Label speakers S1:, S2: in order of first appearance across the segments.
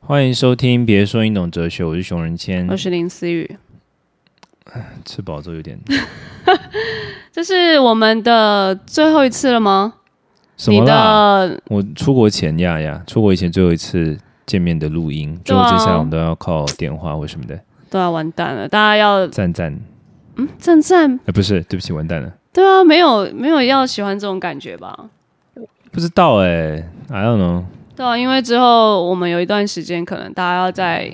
S1: 欢迎收听，别说你懂哲学，我是熊仁谦
S2: 我。是林思雨。
S1: 吃饱之后有 点
S2: 这是我们的最后一次了吗？
S1: 什么
S2: 你
S1: 啦？
S2: 的
S1: 我出国前呀呀，出国以前最后一次见面的录音，之
S2: 对
S1: 后
S2: 啊
S1: 接下来我们都要靠电话或什么的。
S2: 对啊，完蛋了，大家要嗯
S1: 赞赞，
S2: 赞赞。
S1: 呃，不是，对不起，完蛋了，
S2: 对啊，没有没有要喜欢这种感觉吧？
S1: 不知道哎、i don't know。
S2: 对啊，因为之后我们有一段时间，可能大家要再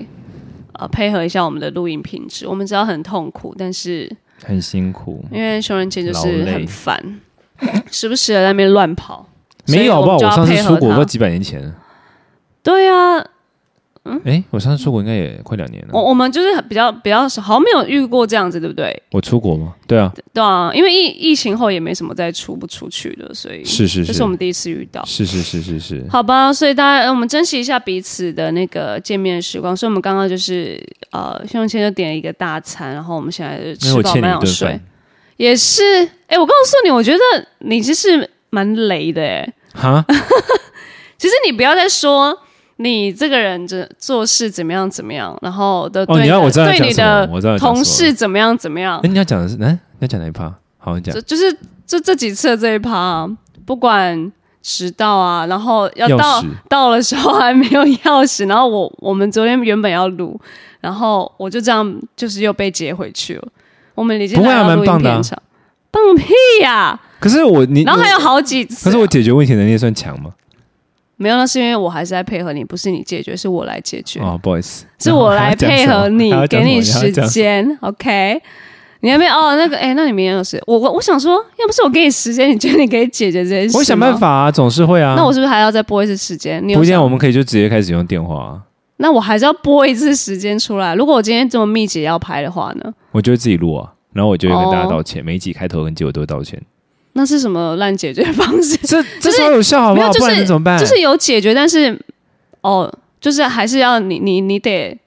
S2: 呃配合一下我们的录音品质。我们知道很痛苦，但是
S1: 很辛苦，
S2: 因为熊仁谦就是
S1: 劳累
S2: 很烦，时不时的在那边乱跑。
S1: 没有好不好？
S2: 所以
S1: 我上
S2: 们就要
S1: 次
S2: 配合
S1: 出国
S2: 他
S1: 不知道几百年前了，
S2: 对啊，
S1: 哎、我上次出国应该也快两年了。
S2: 我我们就是比较比较少，好像没有遇过这样子，对不对？
S1: 我出国吗？对啊，
S2: 对啊，因为疫疫情后也没什么再出不出去的，所以
S1: 是是是
S2: 这是我们第一次遇到。
S1: 是是是是是，
S2: 好吧，所以大家呃我们珍惜一下彼此的那个见面时光。所以我们刚刚就是呃，胸前就点了一个大餐，然后我们现在就
S1: 因为
S2: 吃
S1: 我
S2: 饱
S1: 欠你一
S2: 蛮想
S1: 顿
S2: 睡
S1: 饭。。
S2: 也是，哎、我告诉你，我觉得你其实蛮雷的、哎，
S1: 哈，
S2: 其实你不要再说你这个人这做事怎么样怎么样，然后的
S1: 哦
S2: 对
S1: 你要我知道要
S2: 对
S1: 讲
S2: 你
S1: 什么
S2: 的
S1: 我知道要讲
S2: 同
S1: 什么
S2: 事怎么样怎么样
S1: 哎、，你要讲的是，哎、你要讲哪一趴？好，你讲
S2: 就。就是就这几次的这一趴、啊，不管迟到啊，然后要
S1: 钥
S2: 到
S1: 匙
S2: 到的时候还没有钥匙，然后我我们昨天原本要录，然后我就这样就是又被截回去了。我们已经
S1: 不会
S2: 来
S1: 啊
S2: 到
S1: 蛮
S2: 录音
S1: 棒的啊
S2: 片场，棒屁呀、
S1: 可是我你，
S2: 然后还
S1: 我
S2: 有好几次啊、
S1: 可是我解决问题能力算强吗？
S2: 没有，那是因为我还是在配合你，不是你解决，是我来解决，
S1: 哦，不好意思，
S2: 是我来配合 你
S1: 还要，讲
S2: 给
S1: 什么
S2: 你
S1: 还要
S2: 时
S1: 讲什么
S2: 间，OK。你还没哦，那个哎、那你明天有事？我我我想说，要不是我给你时间，你觉得你可以解决这件事吗？
S1: 我想办法啊，总是会啊。
S2: 那我是不是还要再播一次时间？你有
S1: 不一定啊，
S2: 想
S1: 我们可以就直接开始用电话、啊。
S2: 那我还是要播一次时间出来。如果我今天这么密集要拍的话呢？
S1: 我就会自己录啊，然后我就会跟大家
S2: 哦
S1: 道歉，每一集开头跟结尾都会道歉。
S2: 那是什么烂解决方式？
S1: 这这时候有效好不
S2: 没
S1: 好？
S2: 有就是
S1: 不然你怎么办？
S2: 就是有解决，但是哦，就是还是要你你你得，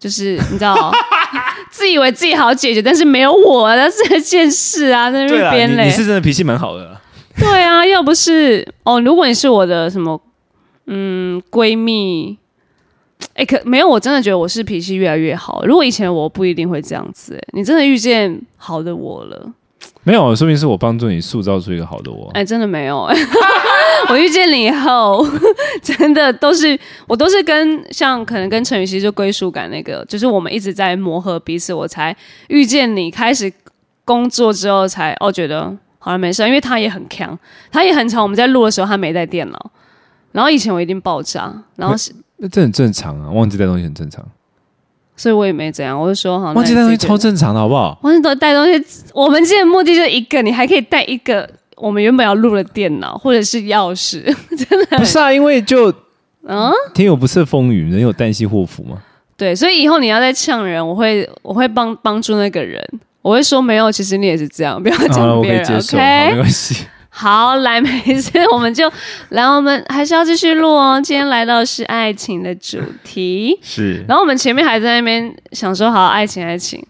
S2: 就是你知道， 自以为自己好解决，但是没有我，那是件事啊，在那
S1: 对
S2: 边
S1: 啊，
S2: 编
S1: 你
S2: 嘞
S1: 你。是真的脾气蛮好的啊。
S2: 对啊，要不是哦，如果你是我的什么嗯闺蜜，哎、可没有，我真的觉得我是脾气越来越好。如果以前我不一定会这样子、哎，你真的遇见好的我了，
S1: 没有，说明是我帮助你塑造出一个好的我。
S2: 哎、真的没有、 哎我遇见你以后， 真的都是我都是跟像可能跟陈雨希就归属感那个，就是我们一直在磨合彼此，我才遇见你，开始工作之后才哦觉得好了没事，因为他也很强，他也很常我们在录的时候他没带电脑，然后以前我一定爆炸，然后是
S1: 那这很正常啊，忘记带东西很正常，
S2: 所以我也没怎样，我就说哦好，那
S1: 忘记带东西
S2: 你自己
S1: 超
S2: 决定。
S1: 正常的好不好？
S2: 忘记带带东西，我们今天的目的就一个，你还可以带一个我们原本要录的电脑或者是钥匙，
S1: 不是啊，因为就
S2: 嗯。
S1: 天有不测风云，人有旦夕祸福嘛。
S2: 对，所以以后你要再呛人，我会我会帮帮助那个人，我会说没有，其实你也是这样，不要
S1: 好了，
S2: 讲
S1: 啊我可
S2: 别
S1: 以接
S2: 人。
S1: 受，好没
S2: OK，
S1: 关系。
S2: 好，来没事，我们就来，我们还是要继续录哦。今天来到是爱情的主题，
S1: 是
S2: 然后我们前面还在那边想说好爱情爱情，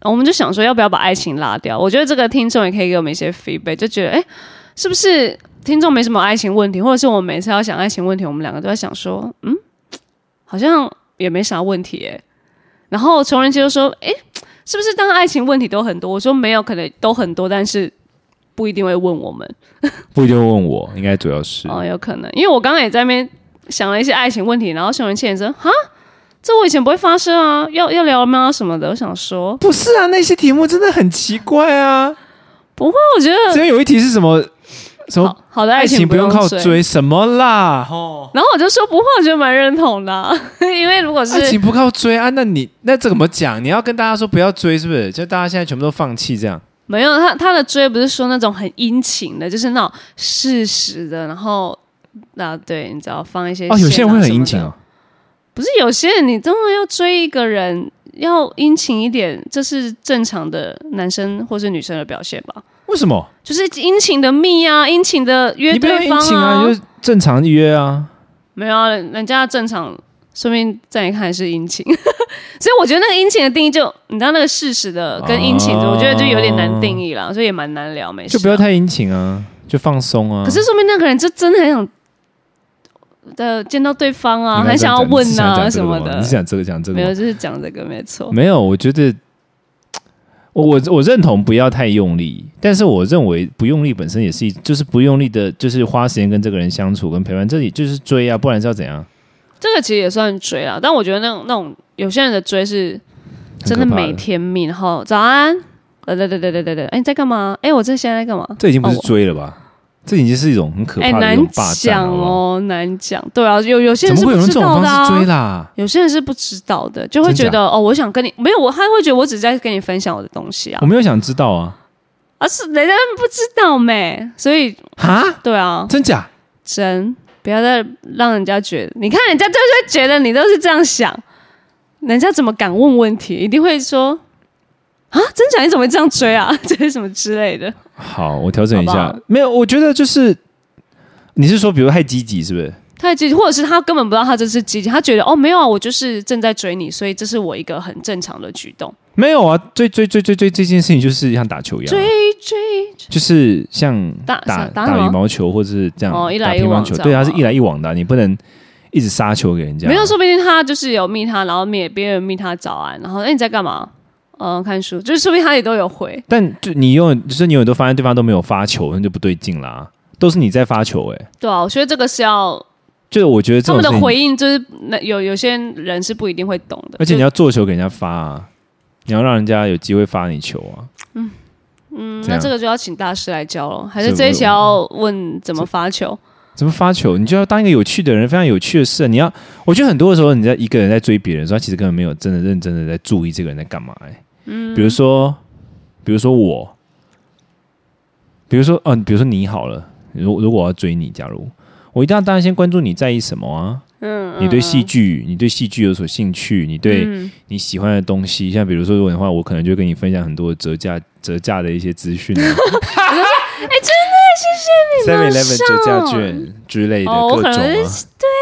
S2: 我们就想说要不要把爱情拉掉？我觉得这个听众也可以给我们一些 feedback，就觉得哎，诶是不是听众没什么爱情问题，或者是我们每次要想爱情问题，我们两个都在想说，嗯，好像也没啥问题哎、然后穷人杰就说，哎，是不是当爱情问题都很多？我说没有，可能都很多，但是。不一定会问我们
S1: 不一定会问我，应该主要是
S2: 哦，有可能，因为我刚刚也在那边想了一些爱情问题，然后熊仁倩说：“哈，这我以前不会发生啊，要要聊吗什么的？”我想说，
S1: 不是啊？那些题目真的很奇怪啊。
S2: 嗯那我觉得
S1: 之前有一题是什么？什么
S2: 好好的爱
S1: 爱情
S2: 不
S1: 不用靠
S2: 追。
S1: 追什么啦？哦，
S2: 然后我就说不会，我觉得蛮认同的啊、 因为如果
S1: 爱
S2: 是
S1: 情不靠追啊？那你那这怎么讲？你要跟大家说不要追，是不是？就大家现在全部都放弃这样？
S2: 没有他他的追不是说那种很殷勤的，就是那种适时的，然后啊对，你知道放一些
S1: 哦，有些人会很殷勤
S2: 线啊什么的，
S1: 哦。
S2: 不是有些人你真的要追一个人要殷勤一点，这是正常的男生或是女生的表现吧？
S1: 为什么？
S2: 就是殷勤的密啊，殷勤的约
S1: 你不要
S2: 对
S1: 殷
S2: 方
S1: 勤啊，你就正常约啊。
S2: 没有啊，人家正常，说明在你看来是殷勤， 所以我觉得那个殷勤的定义就，你知道那个事实的跟殷勤的，
S1: 哦
S2: 我觉得就有点难定义了，所以也蛮难聊，没事啊。
S1: 就不要太殷勤啊，就放松啊。
S2: 可是说明那个人就真的很想的见到对方
S1: 你
S2: 啊，
S1: 刚才
S2: 很想要
S1: 讲
S2: 问
S1: 你是想
S2: 啊
S1: 讲这
S2: 什
S1: 个
S2: 么
S1: 吗
S2: 的
S1: 你是。想这个讲这个
S2: 没
S1: 吗
S2: 有，？就是讲这个没错。
S1: 没有，我觉得我我我认同不要太用力，但是我认为不用力本身也是一，就是不用力的，就是花时间跟这个人相处跟陪伴，这里就是追啊，不然是要怎样？
S2: 这个其实也算追啊，但我觉得那种那种有些人的追是真
S1: 很可怕
S2: 每天命，然后早安，对对对对对对对，哎你在干嘛？哎我这现在在干嘛？
S1: 这已经不是
S2: 哦我
S1: 追了吧？这已经是一种很可
S2: 哎
S1: 怕的一
S2: 难
S1: 种霸占，
S2: 讲
S1: 好不好
S2: 哦，难讲。对啊，有有些
S1: 怎么
S2: 人是
S1: 会有
S2: 不
S1: 人这
S2: 知
S1: 种
S2: 道的
S1: 方式追
S2: 啊。
S1: 啦？
S2: 有些人是不知道的，就会
S1: 真
S2: 觉
S1: 假
S2: 得哦，我想跟你没有，我他会觉得我只是在跟你分享我的东西啊
S1: 我，没有想知道啊，
S2: 而、是人家不知道没，所以
S1: 哈，
S2: 对啊，
S1: 真假？
S2: 真不要再让人家觉得，你看人家就是会觉得你都是这样想，人家怎么敢问问题？一定会说啊，真假你怎么会这样追啊？ 这是什么之类的？
S1: 好，我调整一
S2: 好
S1: 下
S2: 不好。
S1: 没有，我觉得就是你是说，比如太积极，是不是？
S2: 太积极，或者是他根本不知道他这是积极，他觉得哦没有啊，我就是正在追你，所以这是我一个很正常的举动。
S1: 没有啊，追追追追追这件事情就是像打球一样啊，
S2: 追追
S1: 就是像
S2: 打
S1: 打
S2: 打什
S1: 打
S2: 么
S1: 羽毛球或者是这样
S2: 哦一来
S1: 打
S2: 一
S1: 乒
S2: 往
S1: 乓球，
S2: 这样
S1: 对，它
S2: 吗
S1: 是一来一往的啊，你不能一直杀球给人家。
S2: 没有，说不定他就是有密他，啊然后密别人密他早安，然后哎、你在干嘛？嗯、看书，就是说不定他也都有回。
S1: 但就你永远就是你永远都发现对方都没有发球，那就不对劲啦、都是你在发球、欸，哎，
S2: 对啊，我觉得这个是要
S1: 就是我觉得这种
S2: 他们的
S1: 事情
S2: 回应，就是那有有些人是不一定会懂的。
S1: 而且
S2: 就
S1: 你要做球给人家发啊，你要让人家有机会发你球啊。
S2: 嗯，
S1: 怎
S2: 那
S1: 样
S2: 这个就要请大师来教了，还是
S1: 是
S2: 这一
S1: 我
S2: 期要问怎么发球？
S1: 怎么发球？你就要当一个有趣的人，非常有趣的事。你要，我觉得很多的时候，你在一个人在追别人的时候，他其实根本没有真的认真的在注意这个人在干嘛、欸。嗯，比如说，比如说我，比如说，嗯、比如说你好了，如如果我要追你，假如我一定要当然先关注你在意什么啊？
S2: 嗯，
S1: 你对戏
S2: 嗯
S1: 剧，你对戏剧有所兴趣，你对
S2: 嗯
S1: 你喜欢的东西，像比如说，如果的话，我可能就会跟你分享很多折价折价的一些资 讯、啊。哎、真的谢谢你 Seven Eleven 折价券之类的
S2: 哦我
S1: 各
S2: 可
S1: 种
S2: 能
S1: 啊，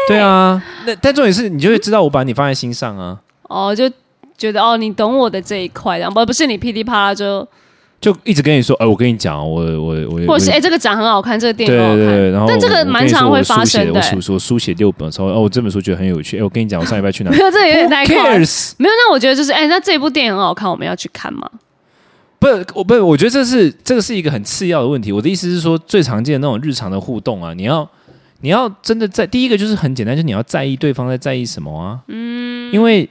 S1: 对啊。那但重点是，你就会知道我把你放在心上啊，
S2: 哦，就觉得哦，你懂我的这一块，然后不不是你噼里啪啦就，
S1: 就一直跟你说，哎、我跟你讲啊，我我我，
S2: 或者是
S1: 我
S2: 哎、这个展很好看，这个
S1: 对
S2: 电影很好
S1: 对
S2: 看，
S1: 对，然后
S2: 但这个
S1: 我我
S2: 蛮
S1: 跟你说
S2: 常
S1: 我
S2: 会发
S1: 书写
S2: 生的
S1: 我
S2: 欸
S1: 书书书写六本，说哦，我这本书觉得很有趣，哎、我跟你讲，我上礼拜去哪
S2: 没有这个有点太夸张。
S1: ？Cares，
S2: 没有，那我觉得就是哎、那这部电影很好看，我们要去看吗？
S1: 不是，我不是，我觉得这是这个是一个很次要的问题。我的意思是说，最常见的那种日常的互动啊，你要你要真的在第一个就是很简单，就是你要在意对方在在意什么啊。嗯，因为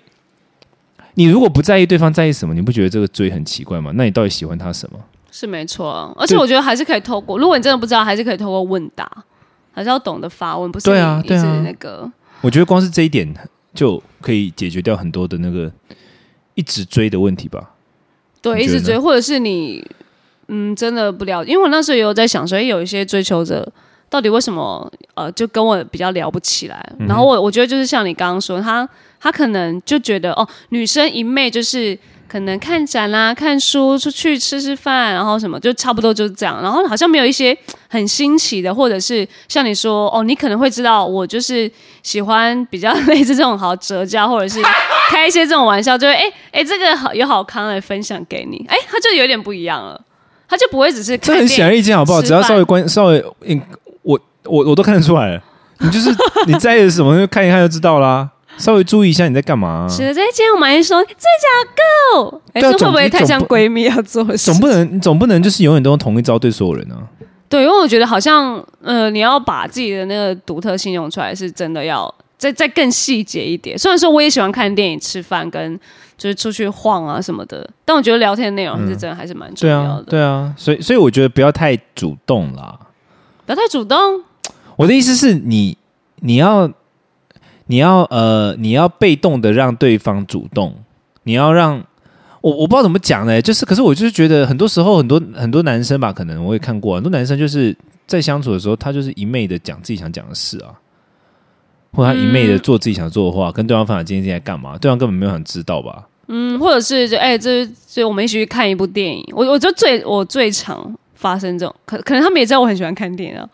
S1: 你如果不在意对方在意什么，你不觉得这个追很奇怪吗？那你到底喜欢他什么？
S2: 是没错啊，而且我觉得还是可以透过，如果你真的不知道，还是可以透过问答，还是要懂得发问，不是
S1: 对啊
S2: 你一直
S1: 对啊
S2: 那个
S1: 我觉得光是这一点就可以解决掉很多的那个一直追的问题吧。
S2: 对
S1: 你
S2: 一
S1: 觉得
S2: 直
S1: 呢
S2: 追，或者是你嗯真的不了解，因为我那时候也有在想说，哎，有一些追求者到底为什么呃就跟我比较聊不起来，
S1: 嗯
S2: 然后我我觉得就是像你刚刚说，他他可能就觉得哦，女生一昧就是。可能看展啦、看书、出去吃吃饭，然后什么就差不多就是这样。然后好像没有一些很新奇的，或者是像你说哦，你可能会知道，我就是喜欢比较类似这种好折价，或者是开一些这种玩笑，就会哎哎、诶这个好有好康的分享给你，哎、他就有点不一样了，他就不会只是
S1: 这
S2: 看
S1: 很
S2: 电
S1: 显而易见，好不好？
S2: 吃
S1: 只要稍微
S2: 饭
S1: 关稍微，嗯我我我都看得出来了。你就是你在意什么，就看一看就知道啦。稍微注意一下你在干嘛啊、
S2: 是的，在今天我们还说这家够，哎、
S1: 对啊
S2: 这会不会
S1: 总
S2: 太像闺蜜要做的事？
S1: 总不能总不能就是永远都用同一招对所有人啊。
S2: 对，因为我觉得好像呃，你要把自己的那个独特性用出来，是真的要再再更细节一点。虽然说我也喜欢看电影、吃饭跟就是出去晃啊什么的，但我觉得聊天的内容还是真的还是蛮重
S1: 对
S2: 要
S1: 啊
S2: 的，，
S1: 对啊，所以所以我觉得不要太主动啦。
S2: 不要太主动。
S1: 我的意思是你你要你要呃你要被动的让对方主动，你要让我我不知道怎么讲呢，就是可是我就是觉得很多时候很多很多男生吧，可能我也看过、很多男生就是在相处的时候，他就是一昧的讲自己想讲的事啊。或者他一昧的做自己想做的话，跟对方分享今天在干嘛，对方根本没有想知道吧？
S2: 嗯，或者是就哎、这就我们一起去看一部电影。我我就最我最常发生这种，可可能他们也知道我很喜欢看电影啊，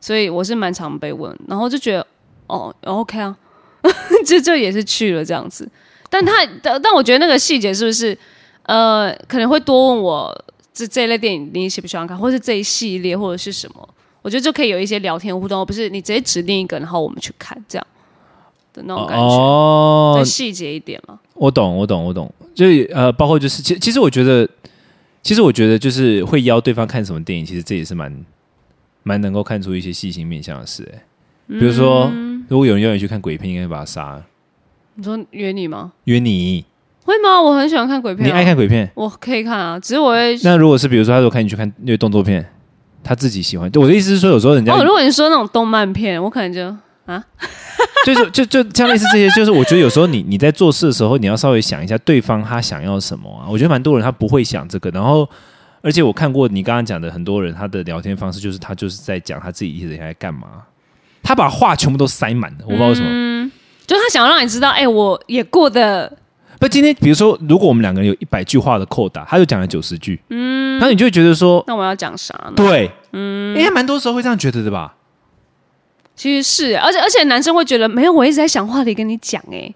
S2: 所以我是蛮常被问，然后就觉得哦，OK 啊， 就就也是去了这样子。但他但但我觉得那个细节是不是呃，可能会多问我这这一类电影你喜不喜欢看，或是这一系列或者是什么。我觉得就可以有一些聊天互动，而不是你直接指定一个，然后我们去看这样的那种感觉，
S1: 哦
S2: 再，细节一点嘛。
S1: 我懂，我懂，我懂。就是呃，包括就是，其其实我觉得，其实我觉得就是会邀对方看什么电影，其实这也是蛮蛮能够看出一些细心面向的事、欸。比如说，
S2: 嗯
S1: 如果有人邀你去看鬼片，应该把他杀了。
S2: 你说约你吗？
S1: 约你，
S2: 会吗？我很喜欢看鬼片、啊，
S1: 你爱看鬼片？
S2: 我可以看啊，只是我会
S1: 那如果是比如说，他说看你去看那个动作片，他自己喜欢。我的意思是说，有时候人家、
S2: 哦，如果你说那种动漫片，我可能就
S1: 就是就就像类似这些，就是我觉得有时候你你在做事的时候，你要稍微想一下对方他想要什么啊。我觉得蛮多人他不会想这个，然后而且我看过你刚刚讲的很多人，他的聊天方式就是他就是在讲他自己一直在干嘛，他把话全部都塞满了，我不知道为什么。
S2: 就是他想要让你知道，哎、我也过得
S1: 不，今天比如说如果我们两个人有一百句话的扣打，他就讲了九十句，嗯，然后你就会觉得说，
S2: 那我要讲啥呢？
S1: 对，嗯，应该蛮多时候会这样觉得的吧？
S2: 其实是，而且而且男生会觉得没有，我一直在想话题跟你讲，哎，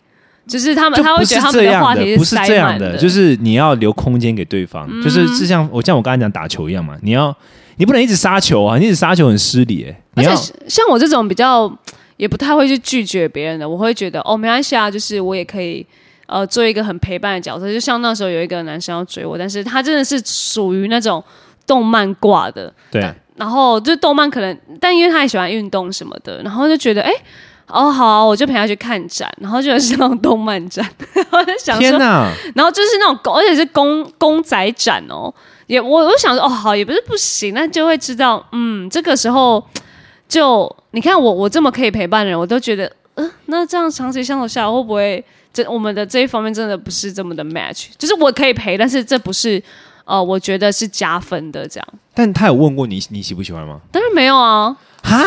S2: 就是他们
S1: 就
S2: 他会
S1: 不
S2: 觉
S1: 是
S2: 得他
S1: 这
S2: 们的话
S1: 样
S2: 题
S1: 的，不是
S2: 塞
S1: 这样
S2: 满
S1: 的，嗯就是你要留空间给对方，就是是像我像我刚才讲打球一样嘛，你要你不能一直杀球啊，你一直杀球很失礼、欸，你
S2: 而
S1: 要
S2: 且是像我这种比较也不太会去拒绝别人的，我会觉得哦没关系啊，就是我也可以呃做一个很陪伴的角色。就像那时候有一个男生要追我，但是他真的是属于那种动漫挂的，
S1: 对
S2: 然后就动漫可能，但因为他也喜欢运动什么的，然后就觉得哎。哦，好啊我就陪他去看展，然后就是那种动漫展，然后就想
S1: 天
S2: 说，
S1: 哪，
S2: 然后就是那种公，而且是公公仔展哦。也我我想说，哦，好，也不是不行，那就会知道，嗯，这个时候就你看我我这么可以陪伴人，我都觉得，嗯、那这样长期相处下来，会不会这我们的这一方面真的不是这么的 match？就是我可以陪，但是这不是呃，我觉得是加分的这样。
S1: 但他有问过你你喜不喜欢吗？
S2: 当然没有啊，
S1: 哈，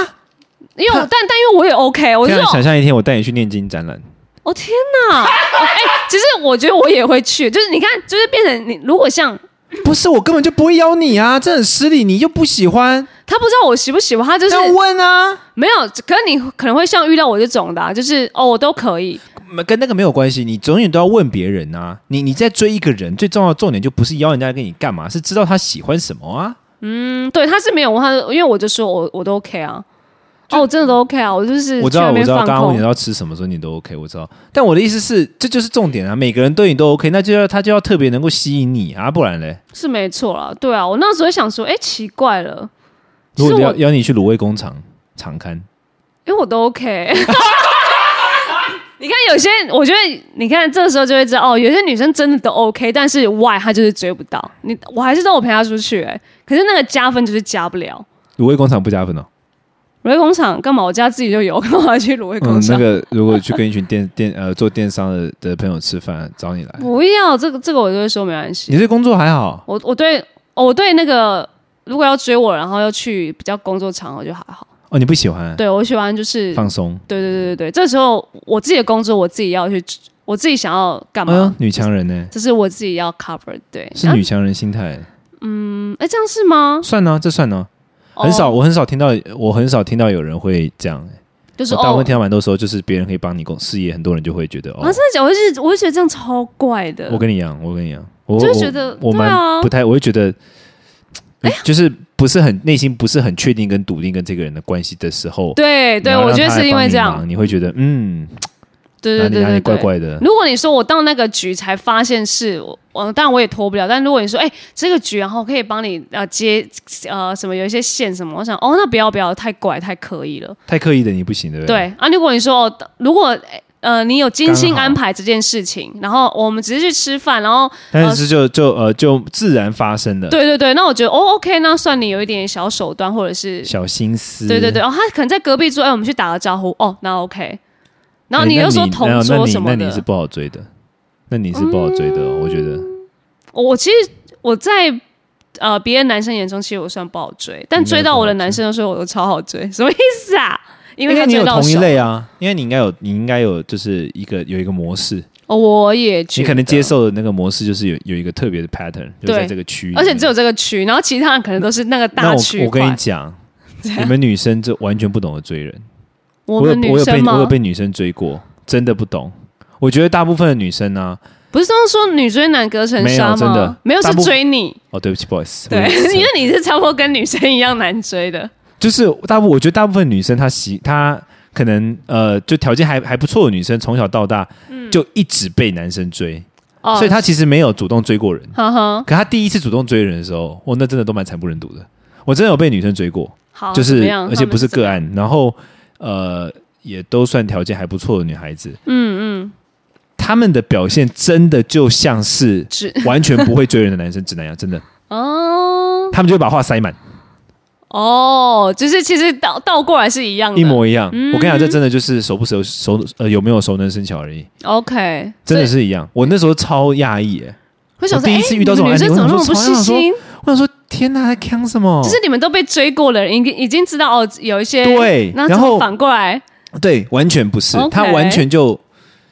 S2: 因为我
S1: 他
S2: 但但因为我也 OK，我就
S1: 天
S2: 说
S1: 哪，想象一天我带你去念经展览，
S2: 哦天哪！ 哎、其实我觉得我也会去，就是你看，就是变成你如果像
S1: 不是我根本就不会邀你啊，这很失礼，你又不喜欢，
S2: 他不知道我喜不喜欢，他就是
S1: 要问啊，
S2: 没有，可是你可能会像遇到我这种的、啊，就是哦，我都可以。
S1: 跟那个没有关系，你永远都要问别人啊，你你在追一个人，最重要的重点就不是邀人家跟你干嘛，是知道他喜欢什么啊。
S2: 嗯，对，他是没有问，他因为我就说我我都 OK 啊，哦，我真的都 OK 啊，我就是
S1: 我知道，
S2: 去那
S1: 我
S2: 边
S1: 知道，
S2: 放
S1: 刚刚问你
S2: 空。
S1: 要吃什么时候你都 OK，我知道。但我的意思是，这就是重点啊！每个人对你都 OK，那就要他就要特别能够吸引你啊，不然嘞，
S2: 是没错啦，对啊，我那时候想说，哎，奇怪了，其
S1: 如
S2: 实
S1: 果
S2: 我
S1: 邀邀你去卤味工厂常看，
S2: 因为我都 OK。你看有些，我觉得你看这时候就会知道哦，有些女生真的都 OK，但是 why 她就是追不到你，我还是让我陪她出去哎、可是那个加分就是加不了。
S1: 卤味工厂不加分哦。
S2: 卤味工厂干嘛？我家自己就有，干嘛去卤味工
S1: 嗯，那
S2: 厂？
S1: 个如果去跟一群电 电呃做电商的的朋友吃饭，找你来，
S2: 不要这个这个我就会说没关系。
S1: 你对工作还好，
S2: 我我对、哦我对那个如果要追我，然后要去比较工作场合就还好。
S1: 哦，你不喜欢
S2: 对我喜欢就是
S1: 放松，
S2: 对对对对对，这时候我自己的工作我自己要去，我自己想要干
S1: 哎呦
S2: 嘛，，
S1: 女强人呢？
S2: 这是我自己要 cover 对。
S1: 是
S2: 然后
S1: 女强人心态，
S2: 嗯哎、这样是吗？
S1: 算呢，这算呢，很少，
S2: 哦、
S1: 我很少听到，我很少听到有人会这样。
S2: 就是
S1: 我大部
S2: 哦
S1: 分。听到蛮多时候，就是别人可以帮你公事业，很多人就会觉得哦
S2: 啊，，真的假的？我就觉得我就觉得这样超怪的。
S1: 我跟你一样，我跟你一样，我
S2: 就
S1: 我
S2: 觉得
S1: 我
S2: 对
S1: 蛮
S2: 啊哎
S1: 不太，我会觉得，呃就是不是很内心不是很确定跟笃定跟这个人的关系的时候，
S2: 对
S1: 你
S2: 对，
S1: 要
S2: 我
S1: 让
S2: 觉得
S1: 他
S2: 是
S1: 来
S2: 因
S1: 帮
S2: 为
S1: 你
S2: 这样
S1: 忙。你会觉得嗯，
S2: 对
S1: 哪
S2: 对
S1: 里
S2: 对
S1: 哪里
S2: 对
S1: 怪
S2: 对。
S1: 怪的，
S2: 如果你说我到那个局才发现是我，我当然我也脱不了。但如果你说，哎、这个局然后可以帮你呃接呃什么有一些线什么，我想哦，那不要不要，太怪太刻意了。
S1: 太刻意的你不行，对不
S2: 对？啊，如果你说哦，如果呃你有精心
S1: 刚好
S2: 安排这件事情，然后哦我们只是去吃饭，然后
S1: 但是就就呃就自然发生的
S2: 对对对，那我觉得哦 OK，那算你有一点小手段，或者是
S1: 小心思，
S2: 对对对，哦，他可能在隔壁桌，哎，我们去打个招呼，哦，那 OK。然后
S1: 哎
S2: 你
S1: 那
S2: 又说同
S1: 那
S2: 桌什么
S1: 那
S2: 的，
S1: 你那你是不好追的，那你是不好追的哦，我觉得
S2: 嗯我我其实我在呃别的男生眼中，其实我算不好追，但追到我的男生都说我超好追， 什么意思啊？因为
S1: 应
S2: 他
S1: 哎该你
S2: 追
S1: 有
S2: 到
S1: 同一
S2: 手，
S1: 类啊，因为你应该有你应该有就是一个有一个模式，
S2: 哦，我也觉
S1: 你
S2: 得
S1: 可能接，受的那个模式就是有有一个特别的 pattern，就
S2: 对
S1: 在这个区域里面，
S2: 而且只有这个区，然后其他人可能都是那个
S1: 那
S2: 大区
S1: 我我跟你
S2: 块。
S1: 讲， 你们女生就完全不懂得追人。
S2: 我
S1: 有我
S2: 们女
S1: 有被
S2: 生
S1: 我有
S2: 吗？
S1: 被女生追过，真的不懂。我觉得大部分的女生啊呢、
S2: 不是都说女追男隔层
S1: 没有
S2: 纱吗？
S1: 真的
S2: 没有
S1: 大
S2: 是
S1: 部分
S2: 追你，
S1: 哦，对不起，不好意思，
S2: 对
S1: 我一直，
S2: 因为你是差不多跟女生一样难追的。
S1: 就是大部我觉得大部分女生她喜她可能呃就条件还还不错的女生，从小到大就一直被男生追，
S2: 嗯哦，
S1: 所以她其实没有主动追过人。
S2: 呵呵，
S1: 可她第一次主动追人的时候，哦哇，那真的都蛮惨不忍睹的。我真的有被女生追过，
S2: 好，
S1: 就
S2: 哦怎
S1: 是
S2: 么样
S1: 而且不是个，
S2: 他们
S1: 案，然后呃也都算条件还不错的女孩子，
S2: 怎么嗯嗯，
S1: 她们的表现真的就像是
S2: 直
S1: 完全不会追人的男生直男一样，真的，
S2: 哦
S1: 他们就会把话塞满，
S2: 哦，就是其实倒倒过来是一样的，
S1: 一模一样。
S2: 嗯
S1: 我跟你讲，这真的就是熟不熟熟呃有没有熟能生巧而
S2: 嗯
S1: 已，
S2: OK，
S1: 真的
S2: 所以
S1: 是一样。我那时候超讶异、欸，
S2: 我想说，
S1: 我第一次
S2: 哎
S1: 遇到这种
S2: 你们女
S1: 案例
S2: 生怎么那
S1: 我
S2: 么
S1: 想
S2: 不
S1: 说
S2: 细
S1: 我想说哦
S2: 心？
S1: 我想说天哪，在呛什么
S2: 就？是你们都被追过了，已经已经知道哦，有一些
S1: 对
S2: 那
S1: 然后
S2: 怎么反过来
S1: 对，完全不是，
S2: OK
S1: 他完全就。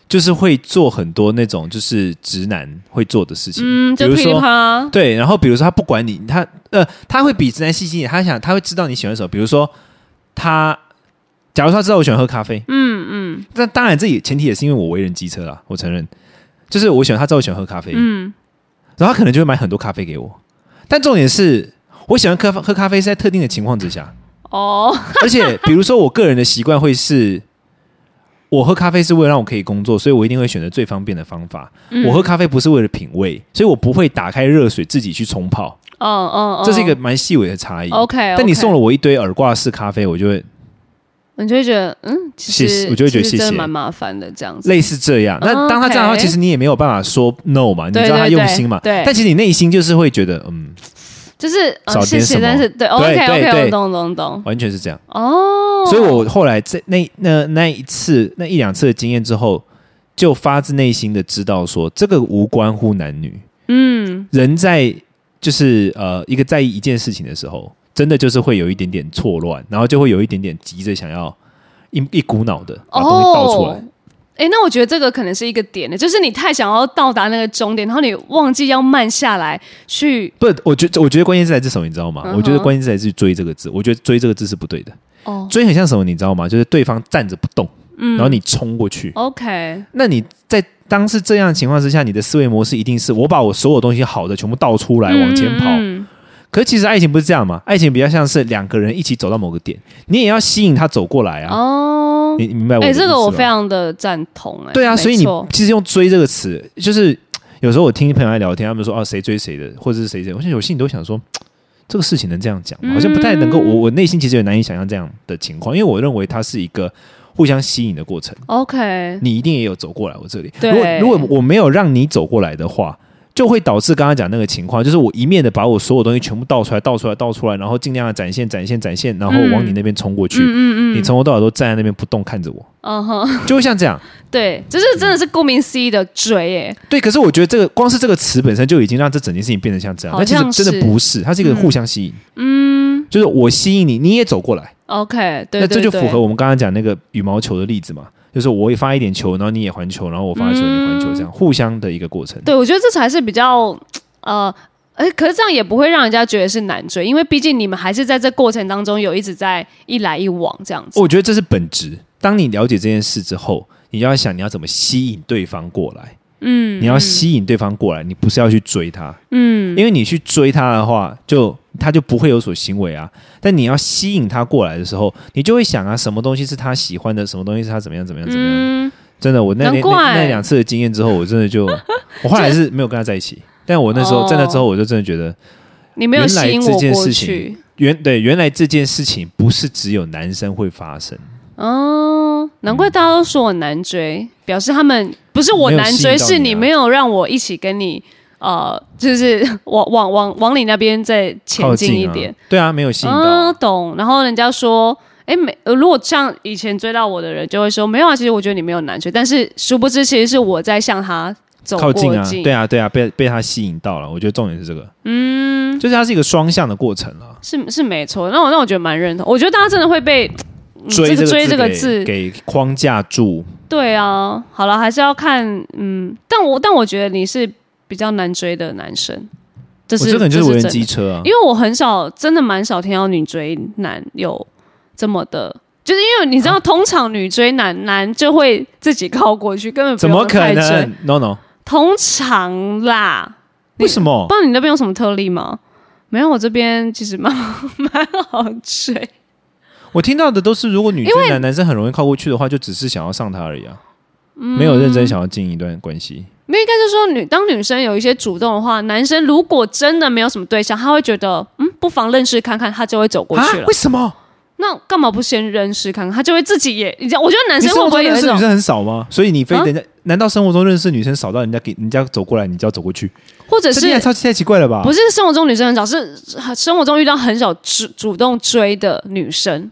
S1: 就是会做很多那种就是直男会做的事情，
S2: 嗯，就
S1: 比如
S2: 噼里
S1: 说
S2: 啪啦，
S1: 对，然后比如说他不管你，他呃，他会比直男细心一点，他想他会知道你喜欢什么。比如说他，假如说他知道我喜欢喝咖啡，
S2: 嗯嗯
S1: 那当然这也前提也是因为我为人机车啦，我承认，就是我喜欢他知道我喜欢喝咖啡，
S2: 嗯，
S1: 然后他可能就会买很多咖啡给我。但重点是我喜欢喝喝咖啡是在特定的情况之下，
S2: 哦，
S1: 而且比如说我个人的习惯会是。我喝咖啡是为了让我可以工作，所以我一定会选择最方便的方法。
S2: 嗯
S1: 我喝咖啡不是为了品味，所以我不会打开热水自己去冲泡。
S2: 哦哦，哦
S1: 这是一个蛮细微的差异。
S2: OK，
S1: 但你送了我一堆耳挂式咖啡，我就会
S2: 你就会觉得嗯，其
S1: 谢
S2: 实
S1: 谢我就会觉得
S2: 其实
S1: 谢谢
S2: 真的蛮麻烦的这样子，
S1: 类似这样。那
S2: 嗯
S1: 当他这样的话，
S2: OK
S1: 其实你也没有办法说 no 嘛，你
S2: 对
S1: 知道他
S2: 对
S1: 用
S2: 对
S1: 心嘛。
S2: 对
S1: 但其实你内心就是会觉得，嗯，
S2: 就是
S1: 少点
S2: 嗯，谢
S1: 什么
S2: 谢，但是
S1: 对
S2: 对，OK
S1: 对
S2: OK，
S1: 对
S2: 我懂懂懂，
S1: 完全是这样。
S2: 哦，
S1: 所以我后来在那那那一次那一两次的经验之后，就发自内心的知道说，这个无关乎男女，
S2: 嗯，
S1: 人在就是呃一个在意一件事情的时候，真的就是会有一点点错乱，然后就会有一点点急着想要一一股脑的把东西倒出来。
S2: 哦。哎，那我觉得这个可能是一个点呢，就是你太想要到达那个终点，然后你忘记要慢下来去
S1: 不，我觉我觉得关键字来自什么，你知道吗？
S2: 嗯哼
S1: 我觉得关键字来自“追”这个字，我觉得“追”这个字是不对的。
S2: 哦，
S1: 追很像什么，你知道吗？就是对方站着不动，
S2: 嗯，
S1: 然后你冲过去。
S2: OK，
S1: 那你在当是这样的情况之下，你的思维模式一定是我把我所有东西好的全部倒出来，往前跑。
S2: 嗯
S1: 可是其实爱情不是这样嘛，爱情比较像是两个人一起走到某个点，你也要吸引他走过来
S2: 嗯
S1: 啊。
S2: 哦，
S1: 你你明白我的
S2: 哎、
S1: 意思吗？
S2: 这个我非常的赞同、哎，
S1: 对啊，
S2: 没
S1: 所以你
S2: 错
S1: 其实用“追”这个词，就是有时候我听朋友在聊天，他们说哦谁追谁的，或者是谁谁，我现在有心里都想说，这个事情能这样讲
S2: 嗯
S1: 吗，好像不太能够，我我内心其实也难以想象这样的情况，因为我认为它是一个互相吸引的过程，
S2: OK，
S1: 你一定也有走过来我这里。
S2: 对
S1: 如果如果我没有让你走过来的话。就会导致刚刚讲那个情况，就是我一面的把我所有东西全部倒出来、倒出来、倒出来，然后尽量的展现、展现、展现，然后往你那边冲过去。
S2: 嗯嗯
S1: 你
S2: 嗯，
S1: 从头到尾都站在那边不动看着我，
S2: 嗯哼，
S1: 就会像这样。
S2: 对，就是真的是顾名思义的追、哎，
S1: 对，可是我觉得这个光是这个词本身就已经让这整件事情变得像这样，
S2: 好
S1: 但其
S2: 像
S1: 实真的
S2: 是
S1: 不是，它是一个互相吸引，
S2: 嗯
S1: 就是我吸引你，你也走过来，
S2: ，OK，对
S1: 那
S2: 对
S1: 这
S2: 对，
S1: 就符合我们刚刚讲那个羽毛球的例子嘛，就是我也发一点球，然后你也还球，然后我发球你还球，这样互相的一个过程。
S2: 对，我觉得这才是比较呃。哎，可是这样也不会让人家觉得是难追，因为毕竟你们还是在这过程当中有一直在一来一往这样子。
S1: 哦我觉得这是本质。当你了解这件事之后，你要想你要怎么吸引对方过来，
S2: 嗯，
S1: 你要吸引对方过来，你不是要去追他，
S2: 嗯，
S1: 因为你去追他的话，就他就不会有所行为啊。但你要吸引他过来的时候，你就会想啊，什么东西是他喜欢的，什么东西是他怎么样怎么样怎么样。
S2: 嗯，
S1: 真的，我那那
S2: 难怪
S1: 那那两次的经验之后，我真的 就，我后来是没有跟他在一起。但我那时候
S2: 哦
S1: 真的之后，我就真的觉得，
S2: 你没有吸引
S1: 原来这
S2: 我
S1: 件
S2: 过
S1: 事情
S2: 去
S1: 原对原来这件事情不是只有男生会发生，
S2: 哦，难怪大家都说我难追，表示他们不是我难
S1: 没
S2: 追，
S1: 有吸引到你啊
S2: 是你没有让我一起跟你呃，就是 往往往往你那边再前
S1: 靠
S2: 进一
S1: 近啊
S2: 点。，
S1: 对啊，没有吸引到
S2: 嗯、
S1: 啊，
S2: 懂。然后人家说，哎，没，呃如果像以前追到我的人就会说，没有啊，其实我觉得你没有难追，但是殊不知其实是我在向他走
S1: 靠
S2: 过
S1: 近啊，对啊，对啊，被被他吸引到了。我觉得重点是这个，嗯，就是它是一个双向的过程啊。
S2: 是是没错。那我那我觉得蛮认同，我觉得大家真的会被。嗯
S1: 追
S2: 这个追
S1: 这
S2: 这
S1: 个
S2: 个
S1: 字
S2: 字
S1: 给给框架住，
S2: 对啊，好了，还是要看，嗯，但我但我觉得你是比较难追的男生，这
S1: 我
S2: 是
S1: 这个人就是
S2: 这
S1: 无
S2: 是
S1: 人
S2: 真的
S1: 机车啊
S2: 因。为我很少，真的蛮少听到女追男有这么的，就是因为你
S1: 啊
S2: 知道，通常女追男，男就会自己靠过去，根本不
S1: 怎么
S2: 用
S1: 可
S2: 太追
S1: 能？No No，
S2: 通常啦，
S1: 为什么
S2: 不？ 知道你那边有什么特例吗？没有，我这边其实蛮蛮好追，
S1: 我听到的都是，如果女生男男生很容易靠过去的话，就只是想要上他而已啊，
S2: 嗯
S1: 没有认真想要经营一段关系。
S2: 没有，应该是说女当女生有一些主动的话，男生如果真的没有什么对象，他会觉得嗯，不妨认识看看，他就会走过去
S1: 啊
S2: 了
S1: 为。什么？那
S2: 那干嘛不先认识看看？他就会自己也，你知道，我觉得男生会不会有
S1: 认
S2: 一
S1: 识
S2: 种
S1: 女，生很少吗？所以你非
S2: 啊
S1: 人家、难道生活中认识女生少到人家给人家走过来，你就要走过去？
S2: 或者
S1: 这
S2: 是
S1: 也超太奇怪了吧？
S2: 不是生活中女生很少，是是生活中遇到很少主主动追的女生。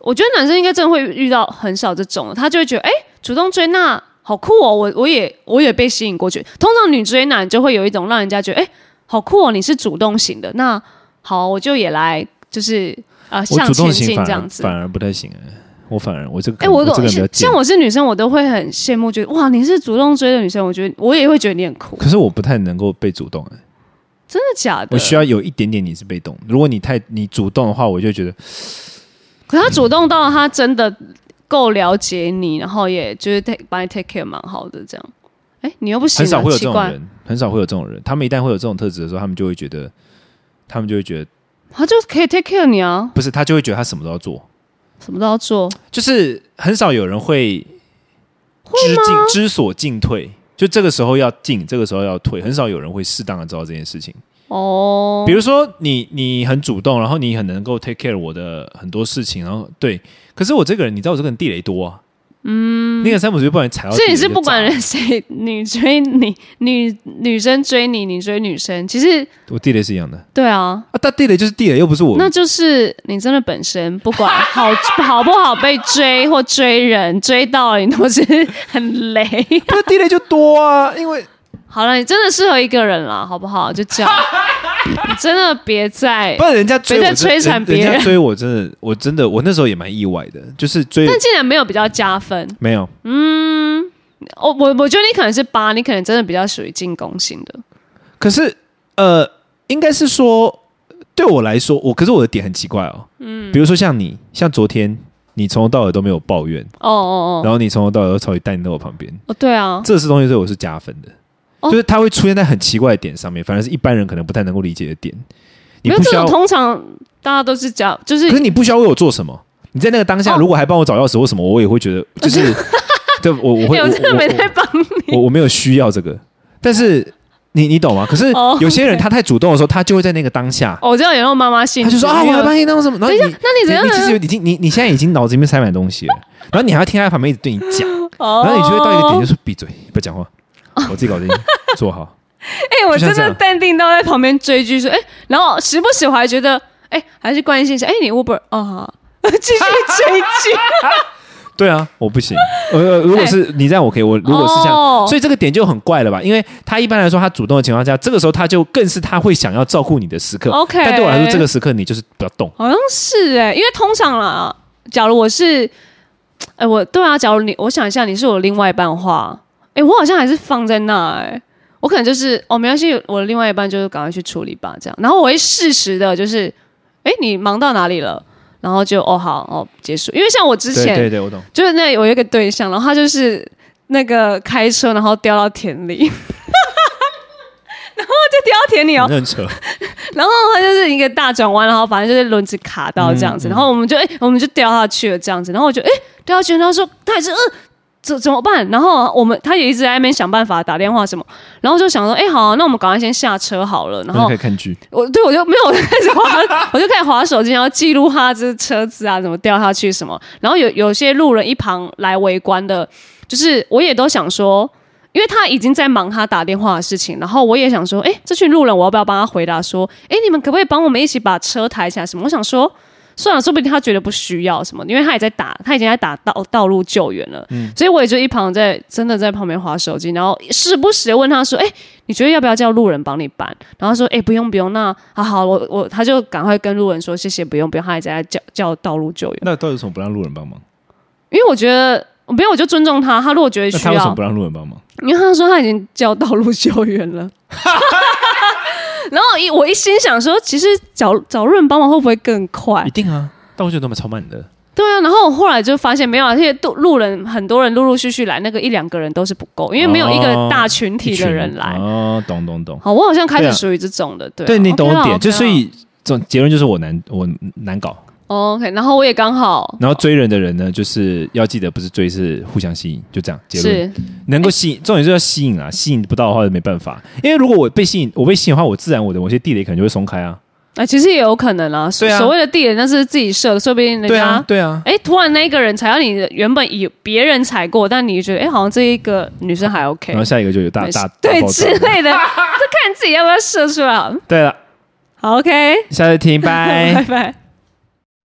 S2: 我觉得男生应该真的会遇到很少这种，他就会觉得哎、诶主动追那好酷哦，我我也我也被吸引过去。通常女追男就会有一种让人家觉得哎、诶好酷哦，你是主动型的，那好我就也来就是啊、呃
S1: 我
S2: 向
S1: 主
S2: 前
S1: 动型
S2: 进
S1: 反
S2: 这样
S1: 而
S2: 子。
S1: 反而不太行、哎，我反而我这个可
S2: 哎、
S1: 能
S2: 我
S1: 我这个
S2: 懂，
S1: 人比较
S2: 像
S1: 贱
S2: 像。我是女生，我都会很羡慕，觉得哇，你是主动追的女生，我觉得我也会觉得你很酷，
S1: 可是我不太能够被主动、哎，
S2: 真的假的？
S1: 我需要有一点点你是被动。如果你太你主动的话，我就觉得
S2: 可他主动到他真的够了解你，然后也就是 take 把你 take care 蛮好的这样。哎，你又不行、啊，
S1: 很少会有这
S2: 奇
S1: 种
S2: 怪，
S1: 人，很少会有这种人。他们一旦会有这种特质的时候，他们就会觉得，他们就会觉得
S2: 他就可以 take care 你啊，
S1: 不是，他就会觉得他什么都要做，
S2: 什么都要做。
S1: 就是很少有人会知进知所进退。就这个时候要进，这个时候要退，很少有人会适当的知道这件事情。
S2: 哦
S1: 比，如说你你很主动，然后你很能够 take care 我的很多事情，然后对，可是我这个人，你知道我这个人地雷多啊，嗯，那个三不五时就不然踩到地
S2: 所
S1: 雷就炸了，
S2: 以你是不管人谁女追你， 女女生追你，你追女生，其实
S1: 我地雷是一样的啊，
S2: 对啊，
S1: 但地雷就是地雷，又不是我
S2: 那就是你真的本身不管 好好不好被追或追人，追到了你都是很雷。
S1: 那地雷就多啊，因为
S2: 好了，你真的适合一个人了，好不好？就这样，你真的别再
S1: 不。然人家追我
S2: 哎别
S1: 真，
S2: 再摧残
S1: 人
S2: 别人
S1: 人家追我真的，我真的，我那时候也蛮意外的，就是追
S2: 但竟然没有比较加分，
S1: 没有，
S2: 我我我觉得你可能是八，你可能真的比较属于进攻型的。
S1: 可是呃，应该是说对我来说，我可是我的点很奇怪哦，嗯，比如说像你，像昨天你从头到尾都没有抱怨，
S2: 哦哦
S1: 然
S2: 哦，
S1: 后你从头到尾都超级淡定在我旁边，
S2: 哦对啊，
S1: 这是东西对我是加分的，
S2: 哦
S1: 就是它会出现在很奇怪的点上面，反而是一般人可能不太能够理解的点。你
S2: 没有
S1: 不
S2: 这
S1: 需
S2: 种
S1: 要，
S2: 通常大家都是讲，就是
S1: 可是你不需要为我做什么。你在那个当下，
S2: 哦
S1: 如果还帮我找钥匙或什么，我也会觉 得就是，对我我会
S2: 哎
S1: 我
S2: 我真的没在
S1: 我
S2: 帮你。
S1: 我我没有需要这个，但是你你懂吗？可是
S2: 哦
S1: 有些人
S2: OK
S1: 他太主动的时候，他就会在那个当下，
S2: 哦我知道有那种妈妈性
S1: 他
S2: 质，
S1: 就说啊，
S2: 没
S1: 我
S2: 有
S1: 还帮你弄什么，然后
S2: 等一下，
S1: 你
S2: 那你怎样
S1: 你
S2: 呢？
S1: 其实有已经你你现在已经脑子里面塞满东西了，然后你还要听他在旁边一直对你讲，
S2: 然
S1: 然后你就会到一个点，就说闭嘴，不要讲话，
S2: 哦
S1: 我自己搞定，做 好。
S2: 哎，我
S1: 就像
S2: 真
S1: 这
S2: 的
S1: 样
S2: 淡定到在旁边追剧说，哎，然后时不时我还觉得，哎，还是关心一下，哎，你 Uber 哦，好 继续追剧。
S1: 对啊，我不行。呃，如果是你这样，我可以。我如果是这样，
S2: 哎哦
S1: 所以这个点就很怪了吧？因为他一般来说，他主动的情况下，这个时候他就更是他会想要照顾你的时刻。
S2: OK
S1: 但对我来说，这个时刻你就是不要动。
S2: 好像是哎、因为通常啦，假如我是，哎、我对啊，假如你，我想一下，你是我另外一半的话，哎、我好像还是放在那哎、我可能就是哦，没关系，我的另外一半就是赶快去处理吧，这样，然后我会适时的，就是，哎、你忙到哪里了？然后就哦好哦结束，因为像我之
S1: 对
S2: 前
S1: 对对，我懂。
S2: 就是那有一个对象，然后他就是那个开车然后掉到田里，然 后就掉到田里哦
S1: 你，很扯，
S2: 然后他就是一个大转弯，然后反正就是轮子卡到这样
S1: 嗯
S2: 子，
S1: 嗯
S2: 然后我们就哎、我们就掉下去了这样子，然后我就哎、掉下去，然后说他也是嗯。怎怎么办？然后我们他也一直在那边想办法打电话什么，然后就想说，哎、好啊、那我们赶快先下车好了。然
S1: 然后
S2: 后
S1: 可以看剧。
S2: 我对我就没有，我就开始滑， 我就开始滑手机，然后记录他这车子啊怎么掉下去什么。然后有有些路人一旁来围观的，就是我也都想说，因为他已经在忙他打电话的事情，然后我也想说，哎，这群路人我要不要帮他回答说，哎，你们可不可以帮我们一起把车抬起来什么？我想说。算了，说不定他觉得不需要什么，因为他也在打，他已经在打道道路救援了，
S1: 嗯
S2: 所以我也就一旁在真的在旁边划手机，然后时不时地问他说：“哎、你觉得要不要叫路人帮你搬？”然后他说：“哎、不用不用，那好好，我我他就赶快跟路人说谢谢，不用不用，他也在叫叫道路救援，
S1: 那到底为什么不让路人帮忙？
S2: 因为我觉得没有，我就尊重他，他如果觉得
S1: 那
S2: 需
S1: 他为什么
S2: 要
S1: 不，让路人帮忙？
S2: 因为他说他已经叫道路救援了。”然后一我一心想说，其实找找路人帮忙会不会更快
S1: 一？定啊！但我觉得他们超慢的。
S2: 对啊，然后我后来就发现没有啊，而且路路人很多人陆陆续续来，那个一两个人都是不够，因为没有一个大群体的人来。
S1: 哦，懂懂懂。
S2: 好，我好像开
S1: 对
S2: 始
S1: 啊
S2: 属于这种的，对啊
S1: 对你
S2: OK
S1: 懂
S2: 啦
S1: 我点，
S2: ，OK
S1: 就
S2: 啦
S1: 所以总结论就是我难，我难搞。
S2: OK，然后我也刚好
S1: 然后追人的人呢，就是要记得不是追，是互相吸引，就这样。结论
S2: 是
S1: 能够吸引，重点是要吸引啊，吸引不到的话就没办法。因为如果我被吸引，我被吸引的话，我自然我的某些地雷可能就会松开啊。
S2: 啊，其实也有可能啦。所
S1: 对啊
S2: 所谓的地雷那是自己设的，说不定人
S1: 对啊
S2: 家，
S1: 对啊，
S2: 哎、突然那一个人踩到你的原本以别人踩过，但你觉得哎、好像这一个女生还 OK，
S1: 然后下一个就有大
S2: 没事
S1: 大大
S2: 对
S1: 爆
S2: 之
S1: 炸
S2: 类的，就 看自己要不要射出来。啊
S1: 对了，
S2: 好，OK，
S1: 下次听，拜
S2: 拜。拜。